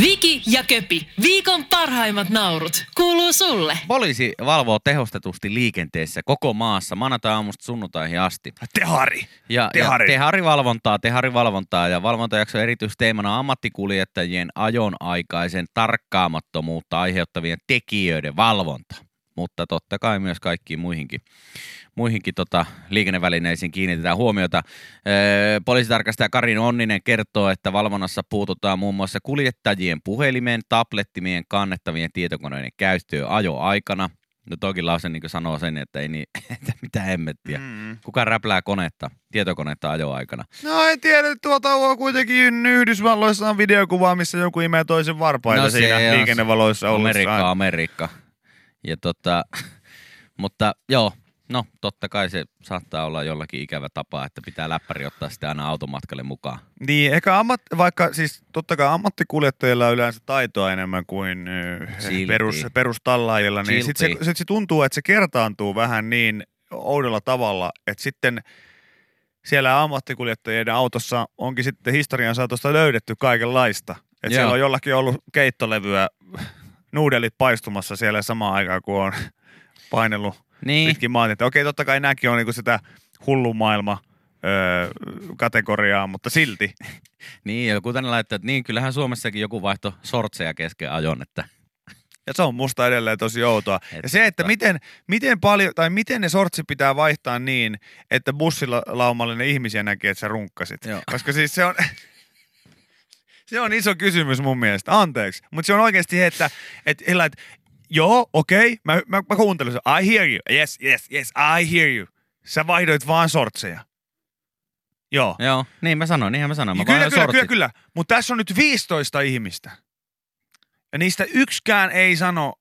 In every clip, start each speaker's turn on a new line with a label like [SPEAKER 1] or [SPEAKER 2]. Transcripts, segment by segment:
[SPEAKER 1] Viki ja Köpi, viikon parhaimmat naurut, kuuluu sulle.
[SPEAKER 2] Poliisi valvoo tehostetusti liikenteessä koko maassa maanantai-aamusta sunnuntaihin asti.
[SPEAKER 3] Tehari.
[SPEAKER 2] Ja,
[SPEAKER 3] Tehari.
[SPEAKER 2] ja teharivalvontaa, teharivalvontaa ja valvontajakso erityisteemana on ammattikuljettajien ajon aikaisen tarkkaamattomuutta aiheuttavien tekijöiden valvonta. Mutta totta kai myös kaikkiin muihinkin, muihinkin tota, liikennevälineisiin kiinnitetään huomiota. Öö, poliisitarkastaja Karin Onninen kertoo, että valvonnassa puututaan muun muassa kuljettajien puhelimeen, tablettimien, kannettavien tietokoneiden käyttöön ajoaikana. No toki lause niin sanoo sen, että ei niin, että mitä hemmettiä.
[SPEAKER 3] Mm.
[SPEAKER 2] Kuka räplää konetta, tietokonetta ajoaikana?
[SPEAKER 3] No en tiedä, tuota on kuitenkin Yhdysvalloissa on videokuva, missä joku imee toisen varpaita
[SPEAKER 2] No
[SPEAKER 3] no,
[SPEAKER 2] se
[SPEAKER 3] siinä
[SPEAKER 2] on se.
[SPEAKER 3] liikennevaloissa
[SPEAKER 2] Amerikka,
[SPEAKER 3] ollessaan.
[SPEAKER 2] Amerikka. Ja tota, mutta joo, no totta kai se saattaa olla jollakin ikävä tapa, että pitää läppäri ottaa sitä aina automatkalle mukaan.
[SPEAKER 3] Niin, ehkä ammat, vaikka siis totta kai ammattikuljettajilla on yleensä taitoa enemmän kuin ö,
[SPEAKER 2] Silti.
[SPEAKER 3] perus, perustallaajilla, niin
[SPEAKER 2] Silti.
[SPEAKER 3] sitten se, sit se tuntuu, että se kertaantuu vähän niin oudolla tavalla, että sitten siellä ammattikuljettajien autossa onkin sitten historian saatosta löydetty kaikenlaista. Että
[SPEAKER 2] Joo.
[SPEAKER 3] siellä on jollakin ollut keittolevyä, nuudelit paistumassa siellä samaan aikaan, kun on painellut
[SPEAKER 2] Niin,
[SPEAKER 3] pitkin maata. Että Okei, totta kai nämäkin on niinku sitä hullu maailma öö, kategoriaa, mutta silti.
[SPEAKER 2] niin ja kuten laittaa, että niin kyllähän Suomessakin joku vaihto sortseja kesken ajon, että
[SPEAKER 3] Ja se on musta edelleen tosi outoa.
[SPEAKER 2] Et
[SPEAKER 3] ja se, että
[SPEAKER 2] tota.
[SPEAKER 3] miten, miten paljon, tai miten ne sortsit pitää vaihtaa niin, että bussilla laumallinen ihmisiä näkee, että sä runkkasit.
[SPEAKER 2] Joo.
[SPEAKER 3] Koska siis se on, se on iso kysymys mun mielestä, anteeksi. Mutta se on oikeasti se, että, että, että, että joo, okei, okay, mä, mä, mä kuuntelen sen. I hear you, yes, yes, yes, I hear you. Sä vaihdoit vaan sortseja. Joo.
[SPEAKER 2] joo, niin mä sanoin, niinhän mä sanoin. Mä
[SPEAKER 3] Ja kyllä,
[SPEAKER 2] vaihdoin
[SPEAKER 3] kyllä, kyllä,
[SPEAKER 2] sortsit.
[SPEAKER 3] kyllä. Mutta tässä on nyt 15 ihmistä. Ja niistä yksikään ei sano,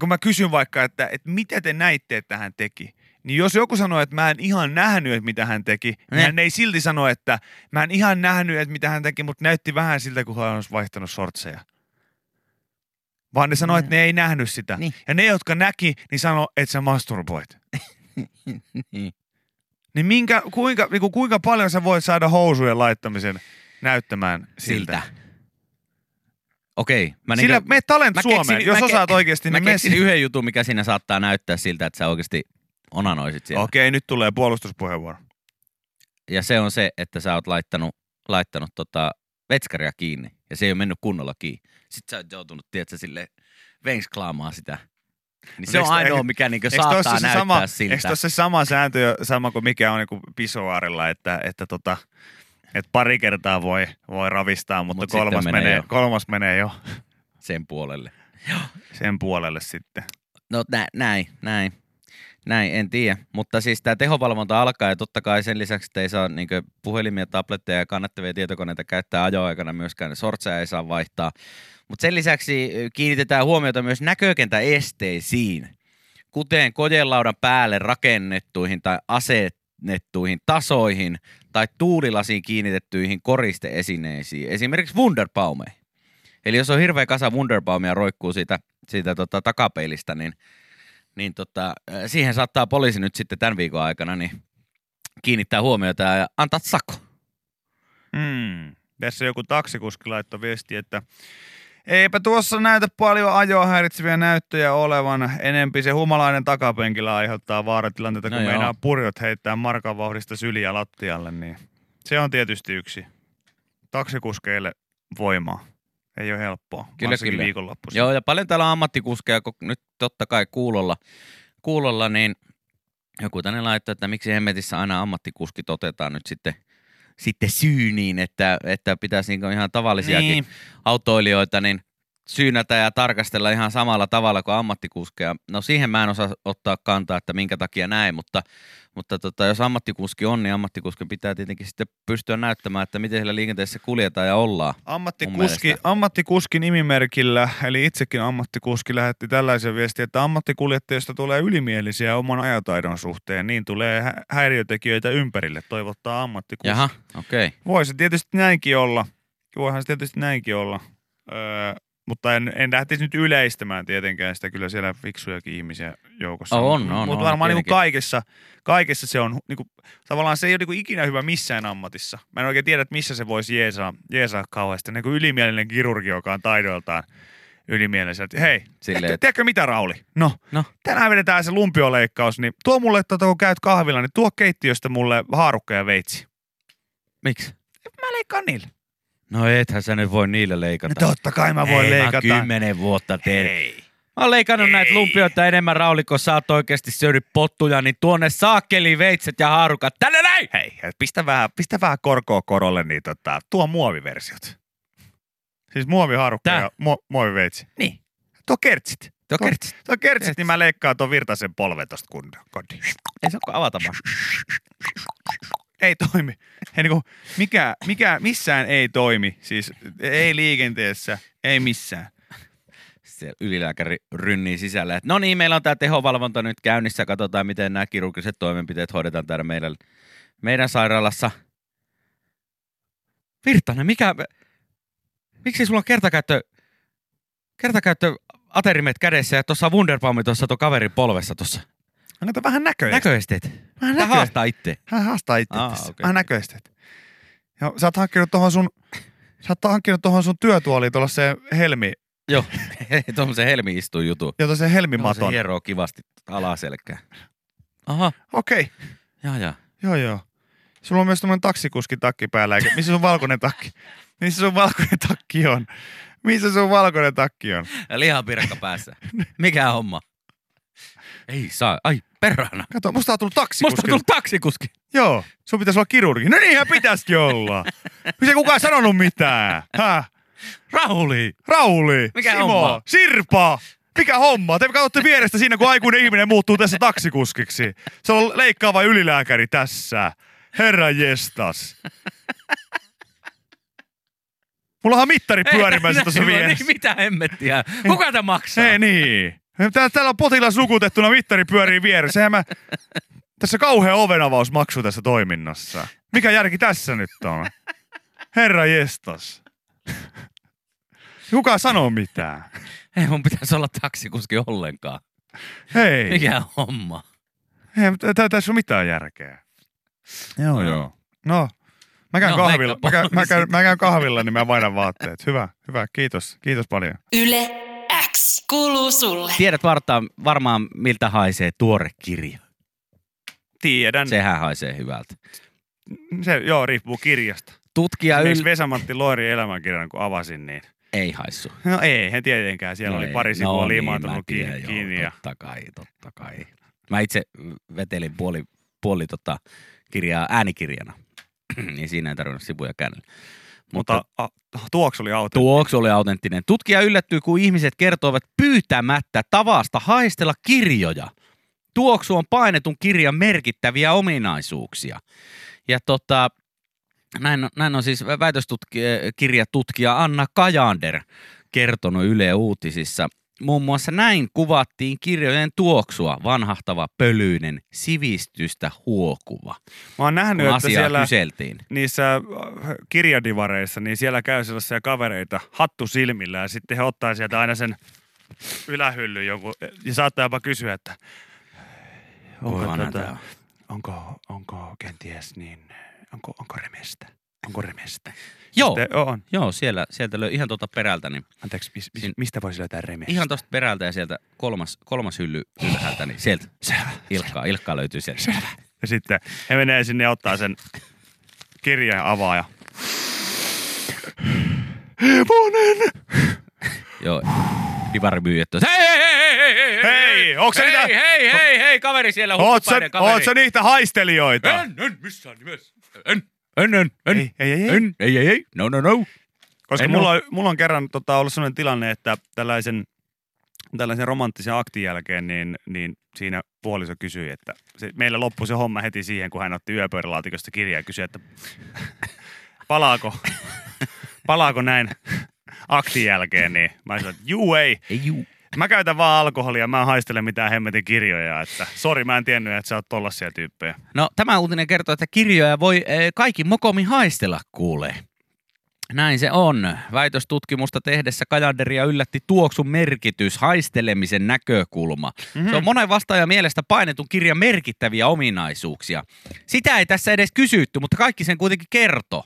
[SPEAKER 3] kun mä kysyn vaikka, että, että mitä te näitte, että hän teki. Niin jos joku sanoo, että mä en ihan nähnyt, että mitä hän teki,
[SPEAKER 2] Ne.
[SPEAKER 3] niin hän ei silti sano, että mä en ihan nähnyt, että mitä hän teki, mutta näytti vähän siltä, kun hän olisi vaihtanut sortseja. Vaan ne sanoo, että ne ei nähnyt sitä.
[SPEAKER 2] Eh. Niin.
[SPEAKER 3] Ja ne, jotka näki, niin sanoo, että sä masturboit.
[SPEAKER 2] Niin.
[SPEAKER 3] Niin minkä, kuinka, niin kuin kuinka paljon sä voit saada housujen laittamisen näyttämään siltä?
[SPEAKER 2] Siltä. Okei. Mä
[SPEAKER 3] Sillä
[SPEAKER 2] niinkö-
[SPEAKER 3] mene Talent
[SPEAKER 2] mä
[SPEAKER 3] Suomeen,
[SPEAKER 2] keksin-
[SPEAKER 3] jos
[SPEAKER 2] mä ke-
[SPEAKER 3] osaat oikeasti,
[SPEAKER 2] Mä
[SPEAKER 3] niin mene
[SPEAKER 2] keksin
[SPEAKER 3] sinne.
[SPEAKER 2] yhden jutun, mikä siinä saattaa näyttää siltä, että sä oikeasti onanoisit siellä.
[SPEAKER 3] Okei, nyt tulee puolustuspuheenvuoro.
[SPEAKER 2] ja se on se, että sä oot laittanut, laittanut tota vetskaria kiinni ja se ei ole mennyt kunnolla kiinni. Sitten sä oot joutunut, tiedätkö, sille venksklaamaan sitä. Niin se
[SPEAKER 3] Eikö-
[SPEAKER 2] on ainoa,
[SPEAKER 3] eikö-
[SPEAKER 2] mikä niinku
[SPEAKER 3] Eikö tossa
[SPEAKER 2] saattaa
[SPEAKER 3] se
[SPEAKER 2] näyttää
[SPEAKER 3] sama, Eikö
[SPEAKER 2] siltä.
[SPEAKER 3] tossa se sama sääntö, jo- sama kuin mikä on niin pisoaarilla, että, että, tota, että pari kertaa voi, voi ravistaa, mutta
[SPEAKER 2] Mut sitten
[SPEAKER 3] kolmas,
[SPEAKER 2] menee
[SPEAKER 3] menee,
[SPEAKER 2] jo.
[SPEAKER 3] kolmas menee jo
[SPEAKER 2] Sen puolelle.
[SPEAKER 3] sen puolelle sitten.
[SPEAKER 2] No nä, näin, näin. Näin, en tiedä. Mutta siis tämä tehovalvonta alkaa ja totta kai sen lisäksi, että ei saa niinku puhelimia, tabletteja ja kannattavia tietokoneita käyttää ajoaikana myöskään. Sortseja ei saa vaihtaa. Mutta sen lisäksi ö, kiinnitetään huomiota myös näkökentäesteisiin, kuten kojelaudan päälle rakennettuihin tai asennettuihin tasoihin tai tuulilasiin kiinnitettyihin koristeesineisiin, esimerkiksi Wunderbaumeihin. Eli jos on hirveä kasa Wunderbaumia roikkuu siitä, siitä tota takapeilistä, niin, niin tota, ö, siihen saattaa poliisi nyt sitten tämän viikon aikana niin kiinnittää huomiota ja antaa sako.
[SPEAKER 3] Mm. Tässä joku taksikuski laittoi viesti, että eipä tuossa näytä paljon ajoa häiritseviä näyttöjä olevan. Enempi se humalainen takapenkillä aiheuttaa vaaratilanteita,
[SPEAKER 2] No
[SPEAKER 3] kun
[SPEAKER 2] joo.
[SPEAKER 3] meinaa purjot heittää markan vauhdista syliä lattialle. Niin se on tietysti yksi taksikuskeille voimaa. Ei ole helppoa,
[SPEAKER 2] Kyllä,
[SPEAKER 3] varsinkin
[SPEAKER 2] kyllä.
[SPEAKER 3] viikonloppuisin.
[SPEAKER 2] Joo, ja paljon täällä on ammattikuskeja, kun nyt totta kai kuulolla, kuulolla niin joku tänne laittaa, että miksi hemmetissä aina ammattikuskit otetaan nyt sitten, sitten syyniin, että, että pitäisi niinku ihan tavallisiakin
[SPEAKER 3] Niin.
[SPEAKER 2] autoilijoita, niin syynätä ja tarkastella ihan samalla tavalla kuin ammattikuskeja. No siihen mä en osaa ottaa kantaa, että minkä takia näin, mutta, mutta tota, jos ammattikuski on, niin ammattikuskin pitää tietenkin sitten pystyä näyttämään, että miten siellä liikenteessä kuljetaan ja ollaan. Mun
[SPEAKER 3] Ammattikuski,
[SPEAKER 2] mielestä.
[SPEAKER 3] ammattikuski nimimerkillä, eli itsekin ammattikuski lähetti tällaisen viestin, että ammattikuljettajista tulee ylimielisiä oman ajataidon suhteen, niin tulee hä- häiriötekijöitä ympärille, toivottaa ammattikuski.
[SPEAKER 2] Jaha, okei.
[SPEAKER 3] Voi se tietysti näinkin olla. Voihan se tietysti näinkin olla. Öö, Mutta en, en lähtisi nyt yleistämään tietenkään sitä, kyllä siellä fiksujakin ihmisiä joukossa.
[SPEAKER 2] On,
[SPEAKER 3] Mut-
[SPEAKER 2] on,
[SPEAKER 3] Mutta
[SPEAKER 2] on,
[SPEAKER 3] varmaan niin
[SPEAKER 2] tietenkin.
[SPEAKER 3] kaikessa, kaikessa se on, niin kuin, tavallaan se ei ole niin ikinä hyvä missään ammatissa. Mä en oikein tiedä, että missä se voisi jeesaa, jeesaa kauheasti. Niin kuin ylimielinen kirurgi, joka on taidoiltaan ylimielinen. Että hei,
[SPEAKER 2] Silleen,
[SPEAKER 3] tiedätkö,
[SPEAKER 2] et-
[SPEAKER 3] tiedätkö mitä Rauli? No,
[SPEAKER 2] No.
[SPEAKER 3] tänään vedetään se lumpioleikkaus, niin tuo mulle, tota, kun käyt kahvilla, niin tuo keittiöstä mulle haarukka ja veitsi.
[SPEAKER 2] Miksi?
[SPEAKER 3] Mä leikkaan niille.
[SPEAKER 2] No ethän sä nyt voi niillä
[SPEAKER 3] No
[SPEAKER 2] leikata.
[SPEAKER 3] totta kai mä voin
[SPEAKER 2] Ei,
[SPEAKER 3] leikata.
[SPEAKER 2] Mä oon kymmenen vuotta tehnyt.
[SPEAKER 3] Hei.
[SPEAKER 2] Mä oon leikannut näitä
[SPEAKER 3] Ei.
[SPEAKER 2] lumpioita enemmän, Rauli, kun sä oot oikeesti syönyt pottuja, niin tuonne saakeli veitset ja haarukat tänne näin!
[SPEAKER 3] Hei, hei, pistä vähän, pistä vähän korkoa korolle, niin tota, tuo muoviversiot. Siis muoviharukka
[SPEAKER 2] Tää?
[SPEAKER 3] ja muo, muoviveitsi. Niin. Tuo kertsit.
[SPEAKER 2] Tuo kertsit.
[SPEAKER 3] Tuo kertsit,
[SPEAKER 2] Kertsit.
[SPEAKER 3] niin mä leikkaan tuon virtaisen polven tosta kun- kotiin.
[SPEAKER 2] Ei se onko avata vaan.
[SPEAKER 3] Ei toimi. Hei, niin kuin, mikä, mikä, missään ei toimi. Siis ei liikenteessä, ei missään.
[SPEAKER 2] Siellä ylilääkäri rynnii sisällä, että no niin, meillä on tämä tehovalvonta nyt käynnissä, katsotaan miten nämä kirurgiset toimenpiteet hoidetaan täällä meidän, meidän sairaalassa. Virtanen, mikä, miksi sulla on kertakäyttö, kertakäyttö aterimet kädessä ja tuossa Wunderbaumi tuossa tuon kaverin polvessa tuossa.
[SPEAKER 3] Annetaan vähän näköjä.
[SPEAKER 2] Näköesteet.
[SPEAKER 3] vähän
[SPEAKER 2] Tää
[SPEAKER 3] näköjä.
[SPEAKER 2] haastaa itse.
[SPEAKER 3] Hän haastaa itse
[SPEAKER 2] Aa,
[SPEAKER 3] tässä.
[SPEAKER 2] okei.
[SPEAKER 3] Vähän näköisteet. Ja sä oot hankkinut tohon sun, sä oot hankkinut tohon sun työtuoliin tuolla se helmi,
[SPEAKER 2] Joo, tuommoisen helmi istuu jutu.
[SPEAKER 3] jota se
[SPEAKER 2] Joo,
[SPEAKER 3] helmimaton.
[SPEAKER 2] se hieroo kivasti alaselkään. Aha,
[SPEAKER 3] Okei.
[SPEAKER 2] jaa jaa.
[SPEAKER 3] Joo, joo. Sulla on myös tämmönen taksikuski takki päällä, eikä? Missä sun valkoinen takki? Missä sun valkoinen takki on? Missä sun valkoinen takki on?
[SPEAKER 2] Ja lihapirkka päässä. Mikä homma? Ei saa, ai perhana.
[SPEAKER 3] Kato, musta on tullut taksikuski.
[SPEAKER 2] Musta on tullut taksikuski.
[SPEAKER 3] Joo, sun pitäisi olla kirurgi. No niinhän pitäisikin olla. Miksi ei kukaan sanonut mitään? Häh?
[SPEAKER 2] Rauli.
[SPEAKER 3] Rauli,
[SPEAKER 2] Mikä
[SPEAKER 3] Simo,
[SPEAKER 2] homma?
[SPEAKER 3] Sirpa, mikä homma? Te katsotte vierestä siinä, kun aikuinen ihminen muuttuu tässä taksikuskiksi. Se on leikkaava ylilääkäri tässä. Herra jestas. Mulla on mittari pyörimässä tuossa vieressä.
[SPEAKER 2] Niin, mitä hemmettiä? Kuka tämä maksaa?
[SPEAKER 3] Ei niin. Tää- Täällä on potilas nukutettuna, mittari pyörii vieressä. Eihän mä... Tässä kauhea ovenavausmaksu tässä toiminnassa. Mikä järki tässä nyt on? Herra jestas. Kuka sanoo mitään?
[SPEAKER 2] Ei mun pitäisi olla taksikuski ollenkaan.
[SPEAKER 3] Hei,
[SPEAKER 2] Mikä homma?
[SPEAKER 3] hei mutta tää, tässä on mitään järkeä. Joo,
[SPEAKER 2] joo.
[SPEAKER 3] No, mä käyn,
[SPEAKER 2] No,
[SPEAKER 3] no, kahvilla, mä
[SPEAKER 2] leikkaapa
[SPEAKER 3] käyn, mä, käyn, mä käyn kahvilla, niin mä vaihdan vaatteet. Hyvä, hyvä, kiitos, kiitos paljon.
[SPEAKER 1] Yle X. Kuuluu sulle.
[SPEAKER 2] Tiedät vartaan, varmaan, miltä haisee tuore kirja.
[SPEAKER 3] Tiedän. Se,
[SPEAKER 2] Sehän haisee hyvältä.
[SPEAKER 3] se joo, riippuu kirjasta.
[SPEAKER 2] Tutkija
[SPEAKER 3] Esimerkiksi
[SPEAKER 2] yl...
[SPEAKER 3] Vesa-Matti Loirin elämänkirjan, kun avasin, niin
[SPEAKER 2] Ei haissu.
[SPEAKER 3] No ei, he tietenkään. Siellä
[SPEAKER 2] No
[SPEAKER 3] oli
[SPEAKER 2] ei,
[SPEAKER 3] pari sivua
[SPEAKER 2] niin,
[SPEAKER 3] liimaantunut
[SPEAKER 2] mä tiedän,
[SPEAKER 3] kiinni.
[SPEAKER 2] joo,
[SPEAKER 3] kiinni ja...
[SPEAKER 2] Totta kai, totta kai. Mä itse vetelin puoli, puoli tota kirjaa äänikirjana, niin siinä ei tarvinnut sivuja käännellä.
[SPEAKER 3] Mutta a, tuoksu oli auto.
[SPEAKER 2] Tuoksu oli autenttinen. Tutkija yllättyy, kun ihmiset kertovat pyytämättä tavasta haistella kirjoja. Tuoksu on painetun kirjan merkittäviä ominaisuuksia. Ja tota, näin, on- näin on siis väitöskirjatutkija Anna Kajander kertonut Yle Uutisissa. Muun muassa näin kuvattiin kirjojen tuoksua, vanhahtava pölyinen, sivistystä huokuva,
[SPEAKER 3] Mä
[SPEAKER 2] kun
[SPEAKER 3] oon nähnyt, että
[SPEAKER 2] asiaa
[SPEAKER 3] siellä
[SPEAKER 2] kyseltiin.
[SPEAKER 3] niissä äh, kirjadivareissa, niin siellä käy sellaisia kavereita hattu silmillä ja sitten he ottaa sieltä aina sen ylähyllyn joku e, ja saattaa jopa kysyä, että tota-
[SPEAKER 2] Voi vanha tää on.
[SPEAKER 3] onko, onko kenties niin, onko, onko remestä? Onko remestä?
[SPEAKER 2] Joo,
[SPEAKER 3] Sitten, on.
[SPEAKER 2] joo siellä, sieltä löi ihan tuota perältä, niin
[SPEAKER 3] Anteeksi, mis, mis,
[SPEAKER 2] Siin-
[SPEAKER 3] mistä voisi löytää remestä?
[SPEAKER 2] Ihan tosta perältä ja sieltä kolmas, kolmas hylly ylhäältä, niin sieltä
[SPEAKER 3] Selvä.
[SPEAKER 2] Ilkkaa, Ilkkaa löytyy sieltä.
[SPEAKER 3] Ja sitten he menee sinne ja ottaa sen kirjeen avaaja. Hevonen!
[SPEAKER 2] Joo. Divarimyyjät on. Hei, hei, hei, hei, hei,
[SPEAKER 3] Hei, onks se
[SPEAKER 2] hei,
[SPEAKER 3] niitä-
[SPEAKER 2] hei, hei, hei, kaveri siellä,
[SPEAKER 3] Oot sä,
[SPEAKER 2] huppainen kaveri.
[SPEAKER 3] oot sä niitä haistelijoita?
[SPEAKER 2] En, en, missään nimessä. En, en, en, en.
[SPEAKER 3] Ei, ei, ei, ei.
[SPEAKER 2] En, ei, ei, ei. No, no, no.
[SPEAKER 3] Koska
[SPEAKER 2] en
[SPEAKER 3] mulla on, mulla on kerran tota, ollut sellainen tilanne, että tällaisen, tällaisen romanttisen aktin jälkeen, niin, niin siinä puoliso kysyi, että se, meillä loppui se homma heti siihen, kun hän otti yöpöydälaatikosta kirjaa ja kysyi, että palaako, palaako näin aktin jälkeen, niin mä sanoin, että juu ei,
[SPEAKER 2] Ei juu.
[SPEAKER 3] Mä käytän vaan alkoholia, mä en haistele mitään hemmetin kirjoja, että sori mä en tiennyt, että sä oot tollasia tyyppejä.
[SPEAKER 2] No, tämä uutinen kertoo, että kirjoja voi eh, kaikki mokomi haistella, kuulee. Näin se on. Väitöstutkimusta tehdessä Kajanderia yllätti tuoksun merkitys, haistelemisen näkökulma. Mm-hmm.
[SPEAKER 3] Mm.
[SPEAKER 2] Se on monen vastaajan mielestä painetun kirjan merkittäviä ominaisuuksia. Sitä ei tässä edes kysytty, mutta kaikki sen kuitenkin kertoo.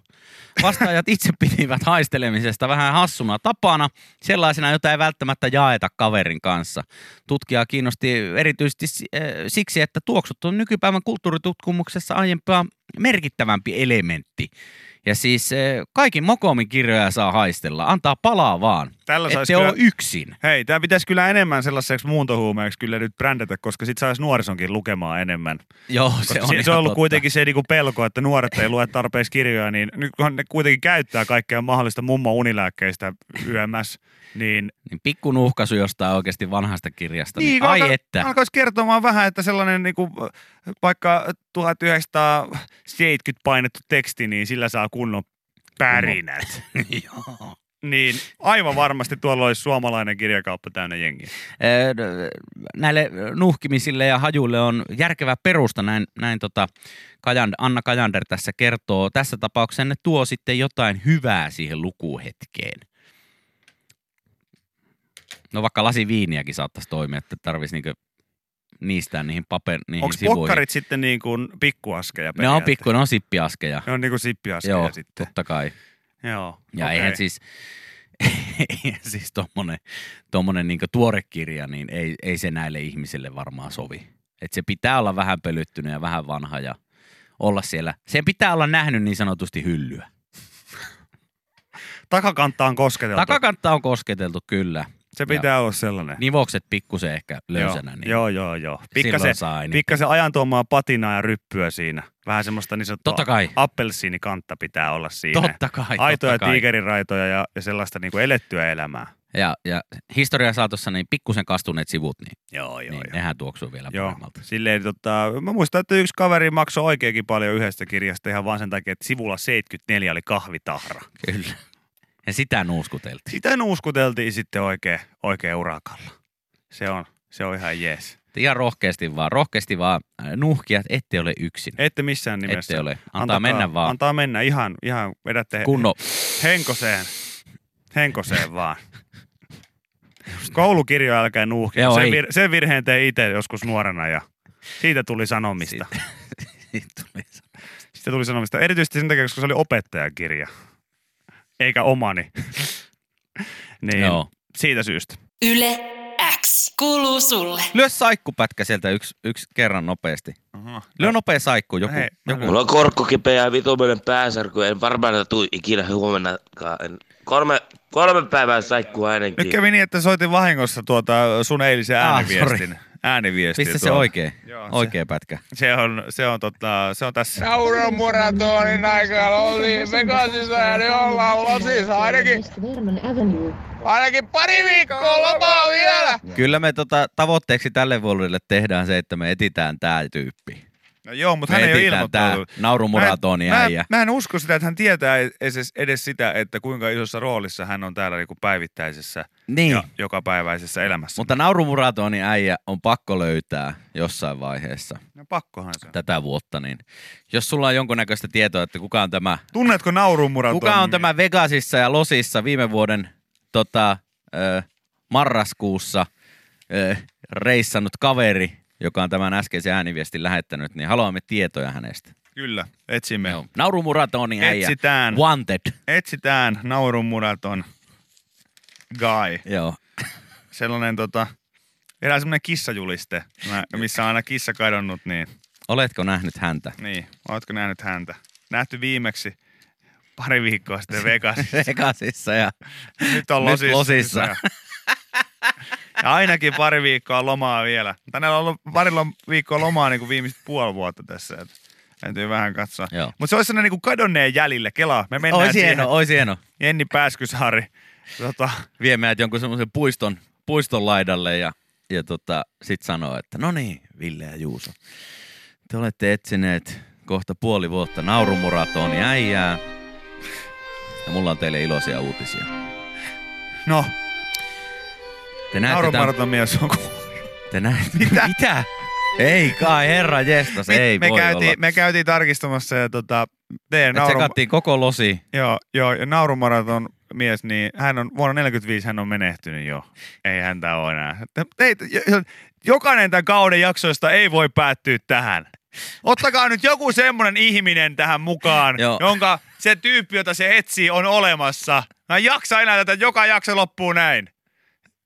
[SPEAKER 2] Vastaajat itse pitivät haistelemisesta vähän hassuna tapana, sellaisena, jota ei välttämättä jaeta kaverin kanssa. Tutkijaa kiinnosti erityisesti si- eh, siksi, että tuoksut on nykypäivän kulttuuritutkimuksessa aiempaa merkittävämpi elementti. Ja siis eh, kaikin Mokomin kirjoja saa haistella, antaa palaa vaan,
[SPEAKER 3] Tällä
[SPEAKER 2] ettei
[SPEAKER 3] sais
[SPEAKER 2] kyllä...
[SPEAKER 3] kyllä-
[SPEAKER 2] ole yksin.
[SPEAKER 3] Hei, tämä pitäisi kyllä enemmän sellaiseksi muuntohuumeeksi kyllä nyt brändätä, koska sit saisi nuorisonkin lukemaan enemmän.
[SPEAKER 2] Joo,
[SPEAKER 3] Koska siis
[SPEAKER 2] se on,
[SPEAKER 3] se, se
[SPEAKER 2] ihan
[SPEAKER 3] on ollut
[SPEAKER 2] totta.
[SPEAKER 3] kuitenkin se niinku pelko, että nuoret ei lue tarpeeksi kirjoja, niin nyt kun ne kuitenkin käyttää kaikkea mahdollista mummo unilääkkeistä yms, niin,
[SPEAKER 2] Niin pikku nuhkaisu jostain oikeasti vanhasta kirjasta. Niin,
[SPEAKER 3] kun
[SPEAKER 2] ai
[SPEAKER 3] alka-
[SPEAKER 2] että.
[SPEAKER 3] alkaisi kertomaan vähän, että sellainen niinku, äh, vaikka 1970 painettu teksti, niin sillä saa kunnon pärinät.
[SPEAKER 2] Joo.
[SPEAKER 3] niin aivan varmasti tuolla olisi suomalainen kirjakauppa täynnä jengiä.
[SPEAKER 2] Niin, Ö, näille nuhkimisille ja hajuille on järkevä perusta, näin, näin tota Kajan, Anna Kajander tässä kertoo. Tässä tapauksessa ne tuo sitten jotain hyvää siihen lukuhetkeen. No vaikka lasi viiniäkin saattaisi toimia, että tarvitsisi niinku niistää niihin, paper, niihin
[SPEAKER 3] Onko
[SPEAKER 2] sivuihin.
[SPEAKER 3] pokkarit sitten niin kuin pikkuaskeja?
[SPEAKER 2] Ne on
[SPEAKER 3] periaatteessa?
[SPEAKER 2] pikku, ne on sippiaskeja.
[SPEAKER 3] Ne on niin kuin sippiaskeja
[SPEAKER 2] Joo,
[SPEAKER 3] sitten.
[SPEAKER 2] totta kai.
[SPEAKER 3] Joo.
[SPEAKER 2] Ja okay.
[SPEAKER 3] okei.
[SPEAKER 2] eihän siis, eihän siis tommonen, tommonen niinku tuore kirja, niin ei, ei se näille ihmisille varmaan sovi. Et se pitää olla vähän pölyttynyt ja vähän vanha ja olla siellä. Sen pitää olla nähnyt niin sanotusti hyllyä.
[SPEAKER 3] Takakantta on kosketeltu.
[SPEAKER 2] Takakantta on kosketeltu kyllä.
[SPEAKER 3] Se pitää olla sellainen.
[SPEAKER 2] Nivokset pikkusen ehkä Niin löysänä.
[SPEAKER 3] joo,
[SPEAKER 2] Niin
[SPEAKER 3] joo, joo, joo.
[SPEAKER 2] silloin
[SPEAKER 3] Pikkasen,
[SPEAKER 2] saa niin. eniten.
[SPEAKER 3] pikkasen ajan tuomaa patinaa ja ryppyä siinä. Vähän semmoista niin sanottua
[SPEAKER 2] Totta kai.
[SPEAKER 3] appelsiinikantta pitää olla siinä.
[SPEAKER 2] Totta kai,
[SPEAKER 3] Aitoja
[SPEAKER 2] totta kai.
[SPEAKER 3] tiikeriraitoja ja, ja sellaista niin kuin elettyä elämää.
[SPEAKER 2] Ja, ja historian saatossa niin pikkusen kastuneet sivut, niin,
[SPEAKER 3] Joo,
[SPEAKER 2] joo, niin joo. nehän tuoksuu vielä
[SPEAKER 3] Joo,
[SPEAKER 2] paremmalta.
[SPEAKER 3] silleen tota, mä muistan, että yksi kaveri maksoi oikeinkin paljon yhdestä kirjasta ihan vaan sen takia, että sivulla 74 oli kahvitahra.
[SPEAKER 2] Kyllä. Ja sitä nuuskuteltiin.
[SPEAKER 3] Sitä nuuskuteltiin sitten oikein, oikein urakalla. Se on, se on ihan jees.
[SPEAKER 2] Ihan rohkeasti vaan, rohkeasti vaan. Nuhkijat, ette ole yksin.
[SPEAKER 3] Ette missään nimessä.
[SPEAKER 2] Ette ole. Antaa mennä vaan.
[SPEAKER 3] Antaa mennä ihan, ihan vedätte
[SPEAKER 2] Kunno.
[SPEAKER 3] henkoseen. Henkoseen vaan. Koulukirjoja älkää nuuhkia.
[SPEAKER 2] Joo,
[SPEAKER 3] sen,
[SPEAKER 2] ei.
[SPEAKER 3] vir- sen virheen tein itse joskus nuorena ja siitä tuli sanomista.
[SPEAKER 2] Siitä- siitä tuli se.
[SPEAKER 3] Siitä tuli sanomista. Erityisesti sen takia, koska se oli opettajakirja. Eikä omani. niin
[SPEAKER 2] Joo.
[SPEAKER 3] siitä syystä.
[SPEAKER 1] Yle X. Kuuluu sulle.
[SPEAKER 2] Lyö saikkupätkä sieltä yksi, yksi kerran nopeasti.
[SPEAKER 3] Aha.
[SPEAKER 2] Lyö nopea saikku, joku.
[SPEAKER 3] Hei, mä
[SPEAKER 2] joku.
[SPEAKER 3] lyön.
[SPEAKER 4] Mulla on korkko kipeä ja vitumainen pääsärky. En varmaan tätä tuu ikinä huomennakaan. En, kolme, kolme päivää saikkuu
[SPEAKER 3] Nyt
[SPEAKER 4] ainakin.
[SPEAKER 3] kävi niin, että soitin vahingossa tuota sun eilisen
[SPEAKER 2] Ah,
[SPEAKER 3] ääniviestin.
[SPEAKER 2] sorry.
[SPEAKER 3] ääniviestin
[SPEAKER 2] Pistä se
[SPEAKER 3] tuolla.
[SPEAKER 2] oikein,
[SPEAKER 3] Joo, se-
[SPEAKER 2] oikea pätkä.
[SPEAKER 3] Se on, se on, tota, se on tässä.
[SPEAKER 5] Sauron muratonin aikaan oltiin Vegasissa ja nyt ollaan losissa ainakin,
[SPEAKER 6] Vernon Avenue.
[SPEAKER 5] ainakin pari viikkoa lomaa vielä.
[SPEAKER 2] Kyllä me tota, tavoitteeksi tälle vuodelle tehdään se, että me etitään tää tyyppi.
[SPEAKER 3] No joo, mutta
[SPEAKER 2] Me
[SPEAKER 3] hän ei ole
[SPEAKER 2] etsitään tää
[SPEAKER 3] ilmoittautunut.
[SPEAKER 2] naurumuratoni
[SPEAKER 3] Mä en- mä en-
[SPEAKER 2] äijä.
[SPEAKER 3] Mä en usko sitä, että hän tietää edes, edes sitä, että kuinka isossa roolissa hän on täällä niinku päivittäisessä
[SPEAKER 2] Niin,
[SPEAKER 3] ja jokapäiväisessä elämässä.
[SPEAKER 2] mutta naurumuratoni äijä on pakko löytää jossain vaiheessa
[SPEAKER 3] No pakkohan se. on.
[SPEAKER 2] tätä vuotta. Niin jos sulla on jonkunnäköistä tietoa, että kuka on tämä
[SPEAKER 3] Tunnetko naurumuratoni?
[SPEAKER 2] Kuka on tämä Vegasissa ja Losissa viime vuoden tota, ö, marraskuussa ö, reissannut kaveri, joka on tämän äskeisen ääniviestin lähettänyt, niin haluamme tietoja hänestä.
[SPEAKER 3] Kyllä, etsimme.
[SPEAKER 2] Joo. Nauru Muratoni äijä.
[SPEAKER 3] Etsitään.
[SPEAKER 2] Wanted.
[SPEAKER 3] Etsitään naurumuraton guy.
[SPEAKER 2] Joo.
[SPEAKER 3] Sellainen tota, erään semmoinen kissajuliste, mä- missä on aina kissa kadonnut, niin,
[SPEAKER 2] Oletko nähnyt häntä?
[SPEAKER 3] niin, ootko nähnyt häntä? Nähty viimeksi pari viikkoa sitten Vegasissa.
[SPEAKER 2] Vegasissa ja
[SPEAKER 3] Nyt on
[SPEAKER 2] Nyt
[SPEAKER 3] losissa.
[SPEAKER 2] losissa.
[SPEAKER 3] Ja ainakin pari viikkoa lomaa vielä. Tänään on ollut parilla viikkoa lomaa niin kuin viimeiset puoli vuotta tässä. Et täytyy vähän katsoa.
[SPEAKER 2] Joo.
[SPEAKER 3] Mutta se olisi sellainen niin kuin kadonneen jäljille. Kelaa, me mennään
[SPEAKER 2] ois
[SPEAKER 3] siihen.
[SPEAKER 2] hieno, ois hieno.
[SPEAKER 3] Jenni Pääskysaari. Tota,
[SPEAKER 2] Vie meidät jonkun semmoisen puiston, puiston laidalle ja, ja tota, sit sanoo, että no niin, Ville ja Juuso. Te olette etsineet kohta puoli vuotta naurumuratoni äijää. Ja mulla on teille iloisia uutisia.
[SPEAKER 3] no,
[SPEAKER 2] Te näette, tämän,
[SPEAKER 3] naurumaraton mies on ku-
[SPEAKER 2] te näette, mitä? mitä? Ei kai, herra jestas,
[SPEAKER 3] Mit-
[SPEAKER 2] ei
[SPEAKER 3] me,
[SPEAKER 2] voi
[SPEAKER 3] käytiin,
[SPEAKER 2] olla.
[SPEAKER 3] me käytiin tarkistamassa ja tota, teidän
[SPEAKER 2] Et
[SPEAKER 3] naurun,
[SPEAKER 2] sekattiin koko losi.
[SPEAKER 3] joo, joo, ja naurumaraton mies, niin hän on vuonna 45 hän on menehtynyt jo. Ei häntä ole enää. Että Ei, jo- jokainen tämän kauden jaksoista ei voi päättyä tähän. Ottakaa nyt joku semmoinen ihminen tähän mukaan,
[SPEAKER 2] Joo.
[SPEAKER 3] jonka se tyyppi, jota se etsii, on olemassa. Mä en jaksa enää tätä, joka jakso loppuu näin.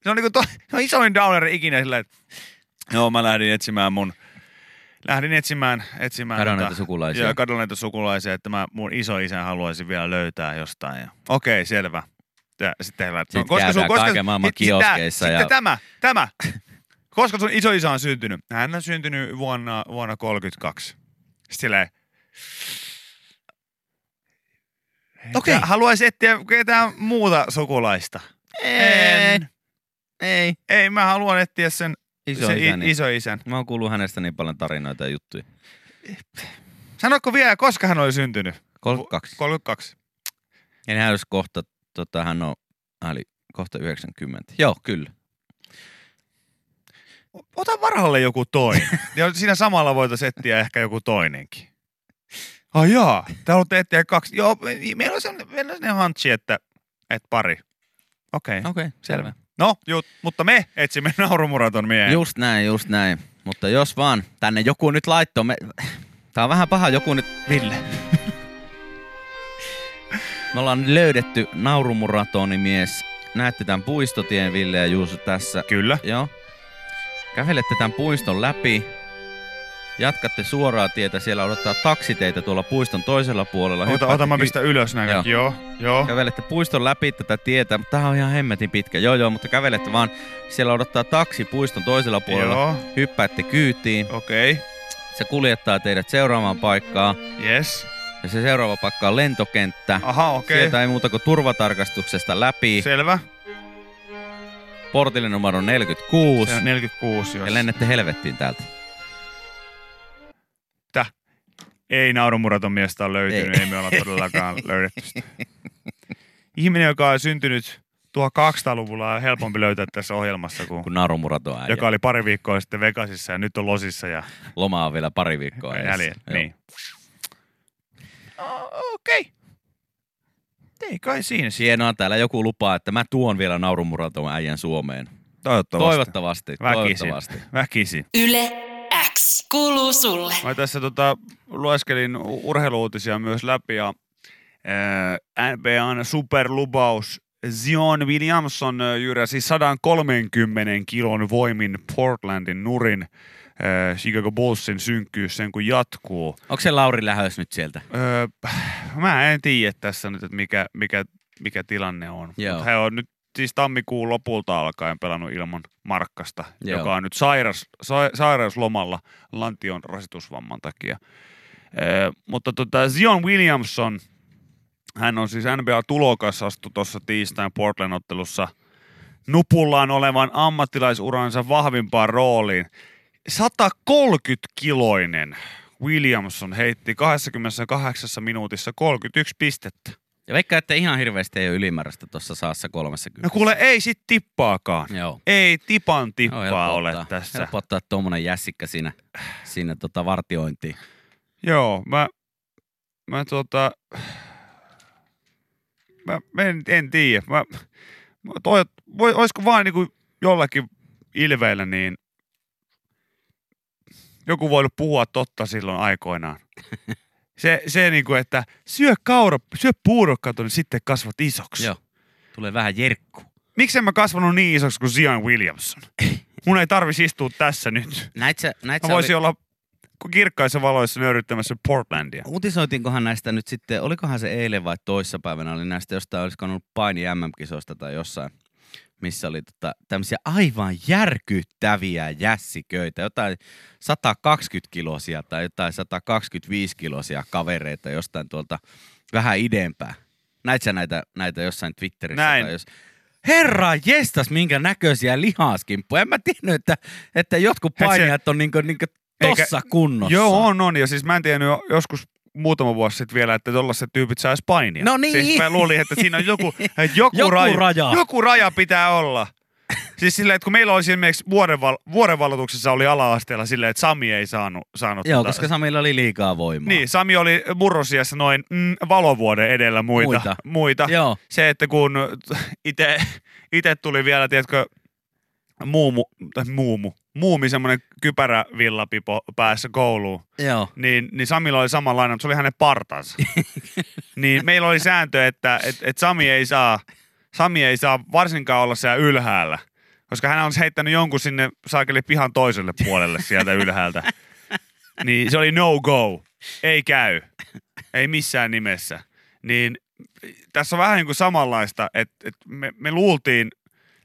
[SPEAKER 3] Se on, niinku to, se on isoin downer ikinä sillä, että joo, mä lähdin etsimään mun, lähdin etsimään, etsimään. tota-
[SPEAKER 2] Kadonneita sukulaisia.
[SPEAKER 3] Joo, kadonneita sukulaisia, että mä mun isoisän haluaisin vielä löytää jostain. Ja, okei, selvä. Ja sitten heillä,
[SPEAKER 2] Sitten käydään kaiken maailman
[SPEAKER 3] sit- sit tää-
[SPEAKER 2] kioskeissa ja-
[SPEAKER 3] Sitten tämä, tämä. Koska sun isoisä on syntynyt? Hän on syntynyt vuonna, vuonna 32. Silleen,
[SPEAKER 2] Okei.
[SPEAKER 3] Sä Haluaisin etsiä ketään muuta sukulaista. En.
[SPEAKER 2] Ei.
[SPEAKER 3] Ei, mä haluan etsiä sen
[SPEAKER 2] Iso
[SPEAKER 3] sen
[SPEAKER 2] isäni.
[SPEAKER 3] i- isoisän.
[SPEAKER 2] Mä oon kuullut hänestä niin paljon tarinoita ja juttuja.
[SPEAKER 3] Sanoitko vielä, koska hän oli syntynyt?
[SPEAKER 2] 32.
[SPEAKER 3] 32.
[SPEAKER 2] Ja hän olisi kohta, tota, hän on, hän oli kohta 90. Joo, kyllä.
[SPEAKER 3] Ota varalle joku toinen. ja siinä samalla voitaisiin etsiä ehkä joku toinenkin. Ai jaa, te haluatte etsiä kaksi. Joo, me- niin, meillä on sellainen, meillä on sellainen hantsi, että, että pari. Okei. Okay.
[SPEAKER 2] Okei, okay,
[SPEAKER 3] selvä. No, ju, mutta me etsimme naurumuraton miehen.
[SPEAKER 2] Just näin, just näin. Mutta jos vaan tänne joku nyt laittoo, me... Tää on vähän paha joku nyt, Ville. Me ollaan löydetty naurumuratonimies. Näette tämän puistotien, Ville ja Juuso tässä.
[SPEAKER 3] Kyllä.
[SPEAKER 2] Joo. Kävelette tämän puiston läpi. Jatkatte suoraa tietä. Siellä odottaa taksiteitä tuolla puiston toisella puolella.
[SPEAKER 3] Ota,
[SPEAKER 2] Hyppäätte
[SPEAKER 3] ota mä
[SPEAKER 2] ky-
[SPEAKER 3] pistän ylös näin.
[SPEAKER 2] Joo.
[SPEAKER 3] kaikki. Joo, joo.
[SPEAKER 2] Kävelette puiston läpi tätä tietä, mutta tää on ihan hemmetin pitkä. Joo joo, mutta kävelette vaan. Siellä odottaa taksi puiston toisella puolella.
[SPEAKER 3] Joo,
[SPEAKER 2] Hyppäätte kyytiin.
[SPEAKER 3] okei.
[SPEAKER 2] Se kuljettaa teidät seuraavaan paikkaan.
[SPEAKER 3] Yes.
[SPEAKER 2] Ja se seuraava paikka on lentokenttä.
[SPEAKER 3] Aha, Ah, okei.
[SPEAKER 2] Sieltä ei muuta kuin turvatarkastuksesta läpi. Se...
[SPEAKER 3] Selvä.
[SPEAKER 2] Portille numero 46.
[SPEAKER 3] Se on niin- 46, jos.
[SPEAKER 2] ja lennätte helvettiin täältä.
[SPEAKER 3] Ei naurumuraton miestä ole löytynyt,
[SPEAKER 2] Ei.
[SPEAKER 3] ei, ei me olla todellakaan löydetty sitä. Ihminen, joka on syntynyt 1200-luvulla, on helpompi löytää tässä ohjelmassa kuin
[SPEAKER 2] Kun narumurato äijä.
[SPEAKER 3] joka oli pari viikkoa sitten Vegasissa ja nyt on Losissa ja
[SPEAKER 2] Lomaa on vielä pari viikkoa. edessä.
[SPEAKER 3] jäljellä.
[SPEAKER 2] Joo.
[SPEAKER 3] Niin. Okei. Okay. Ei kai siinä.
[SPEAKER 2] Hienoa, täällä joku lupaa, että mä tuon vielä naurumuraton äijän Suomeen.
[SPEAKER 3] Toivottavasti.
[SPEAKER 2] Toivottavasti.
[SPEAKER 3] Väkisin.
[SPEAKER 2] Toivottavasti.
[SPEAKER 3] Väkisin.
[SPEAKER 1] Yle X. Kuuluu sulle.
[SPEAKER 3] Mä tässä tota, lueskelin u- urheiluutisia myös läpi ja äh, NBAn superlupaus Zion Williamson äh, jyräsi 130 kilon voimin Portlandin nurin äh, Chicago Bullsin synkkyys sen kun jatkuu.
[SPEAKER 2] Onko se Lauri lähös nyt sieltä?
[SPEAKER 3] Öö, mä en tiedä tässä nyt, että mikä, mikä, mikä tilanne on.
[SPEAKER 2] Joo.
[SPEAKER 3] Mut he on nyt siis tammikuun lopulta alkaen pelannut ilman Markkasta,
[SPEAKER 2] Joo.
[SPEAKER 3] joka on nyt sairas, sa, sairauslomalla lantion rasitusvamman takia. Öö, mutta tota, Zion Williamson, hän on siis NBA-tulokas, astui tuossa tiistain Portland-ottelussa nupullaan olevan ammattilaisuransa vahvimpaan rooliin. 130-kiloinen Williamson heitti 28 minuutissa 31 pistettä. No
[SPEAKER 2] Ja veikkaa, että ihan hirveästi ei ole ylimääräistä tuossa saassa 30.
[SPEAKER 3] No kuule, ei sit tippaakaan.
[SPEAKER 2] Joo.
[SPEAKER 3] Ei tipan
[SPEAKER 2] Joo,
[SPEAKER 3] tippaa
[SPEAKER 2] helppo
[SPEAKER 3] ole
[SPEAKER 2] ottaa-
[SPEAKER 3] tässä.
[SPEAKER 2] Helppo ottaa tuommoinen jässikkä siinä, siinä tota vartiointiin.
[SPEAKER 3] Joo, mä, mä tota, mä, mä en, en tiedä. Mä, mä toi, voi, olisiko vaan niinku jollakin ilveillä niin joku voinut puhua totta silloin aikoinaan. Se, se niinku, että syö kaura, syö puurokkaa tuonne, sitten kasvat isoksi.
[SPEAKER 2] Joo. Tulee vähän jerkku.
[SPEAKER 3] Miksi en mä kasvanut niin isoksi kuin Zion Williamson? Mun ei tarvisi istua tässä nyt.
[SPEAKER 2] Näit sä, näit
[SPEAKER 3] Mä
[SPEAKER 2] sä
[SPEAKER 3] voisin
[SPEAKER 2] oli,
[SPEAKER 3] olla kirkkaissa valoissa nöyryttämässä Portlandia.
[SPEAKER 2] Uutisoitinkohan näistä nyt sitten, olikohan se eilen vai toissapäivänä, oli näistä jostain, olisiko ollut paini MM-kisoista tai jossain, missä oli tota, tämmöisiä aivan järkyttäviä jässiköitä, jotain 120-kilosia tai jotain 125-kilosia kavereita jostain tuolta vähän idempää. Näit sä näitä, näitä jossain Twitterissä?
[SPEAKER 3] Näin.
[SPEAKER 2] Tai jos... Herra jestas, minkä näköisiä lihaskimppuja. En mä tiennyt, että, että jotkut
[SPEAKER 3] se-
[SPEAKER 2] painijat on niinkö, niinkö
[SPEAKER 3] Eikä-
[SPEAKER 2] tossa kunnossa.
[SPEAKER 3] Joo, on, on. Ja siis mä en tiennyt jo- joskus muutama vuosi sitten vielä, että tollaiset tyypit saisi painia.
[SPEAKER 2] No niin.
[SPEAKER 3] Siis mä luulin, että siinä on joku, että joku,
[SPEAKER 2] Joku
[SPEAKER 3] raja,
[SPEAKER 2] raja.
[SPEAKER 3] Joku raja pitää olla. Siis silleen, että kun meillä oli esimerkiksi vuorenval- vuorenvalotuksessa oli ala-asteella silleen, että Sami ei saanut, saanut
[SPEAKER 2] Joo,
[SPEAKER 3] tota-
[SPEAKER 2] koska Samilla oli liikaa voimaa.
[SPEAKER 3] Niin, Sami oli murrosiassa noin mm, valovuoden edellä muita.
[SPEAKER 2] Muita.
[SPEAKER 3] muita. muita.
[SPEAKER 2] Joo.
[SPEAKER 3] Se, että kun ite, ite tuli vielä, tiedätkö, muumu, tai muumu, muumi semmoinen kypärävillapipo päässä kouluun,
[SPEAKER 2] Joo.
[SPEAKER 3] niin, niin Samilla oli samanlainen, mutta se oli hänen partansa. niin meillä oli sääntö, että et, et Sami, ei saa, Sami ei saa varsinkaan olla siellä ylhäällä, koska hän olisi heittänyt jonkun sinne saakeli pihan toiselle puolelle sieltä ylhäältä. Niin se oli no go. Ei käy. Ei missään nimessä. Niin tässä on vähän niin kuin samanlaista, että, että me, me luultiin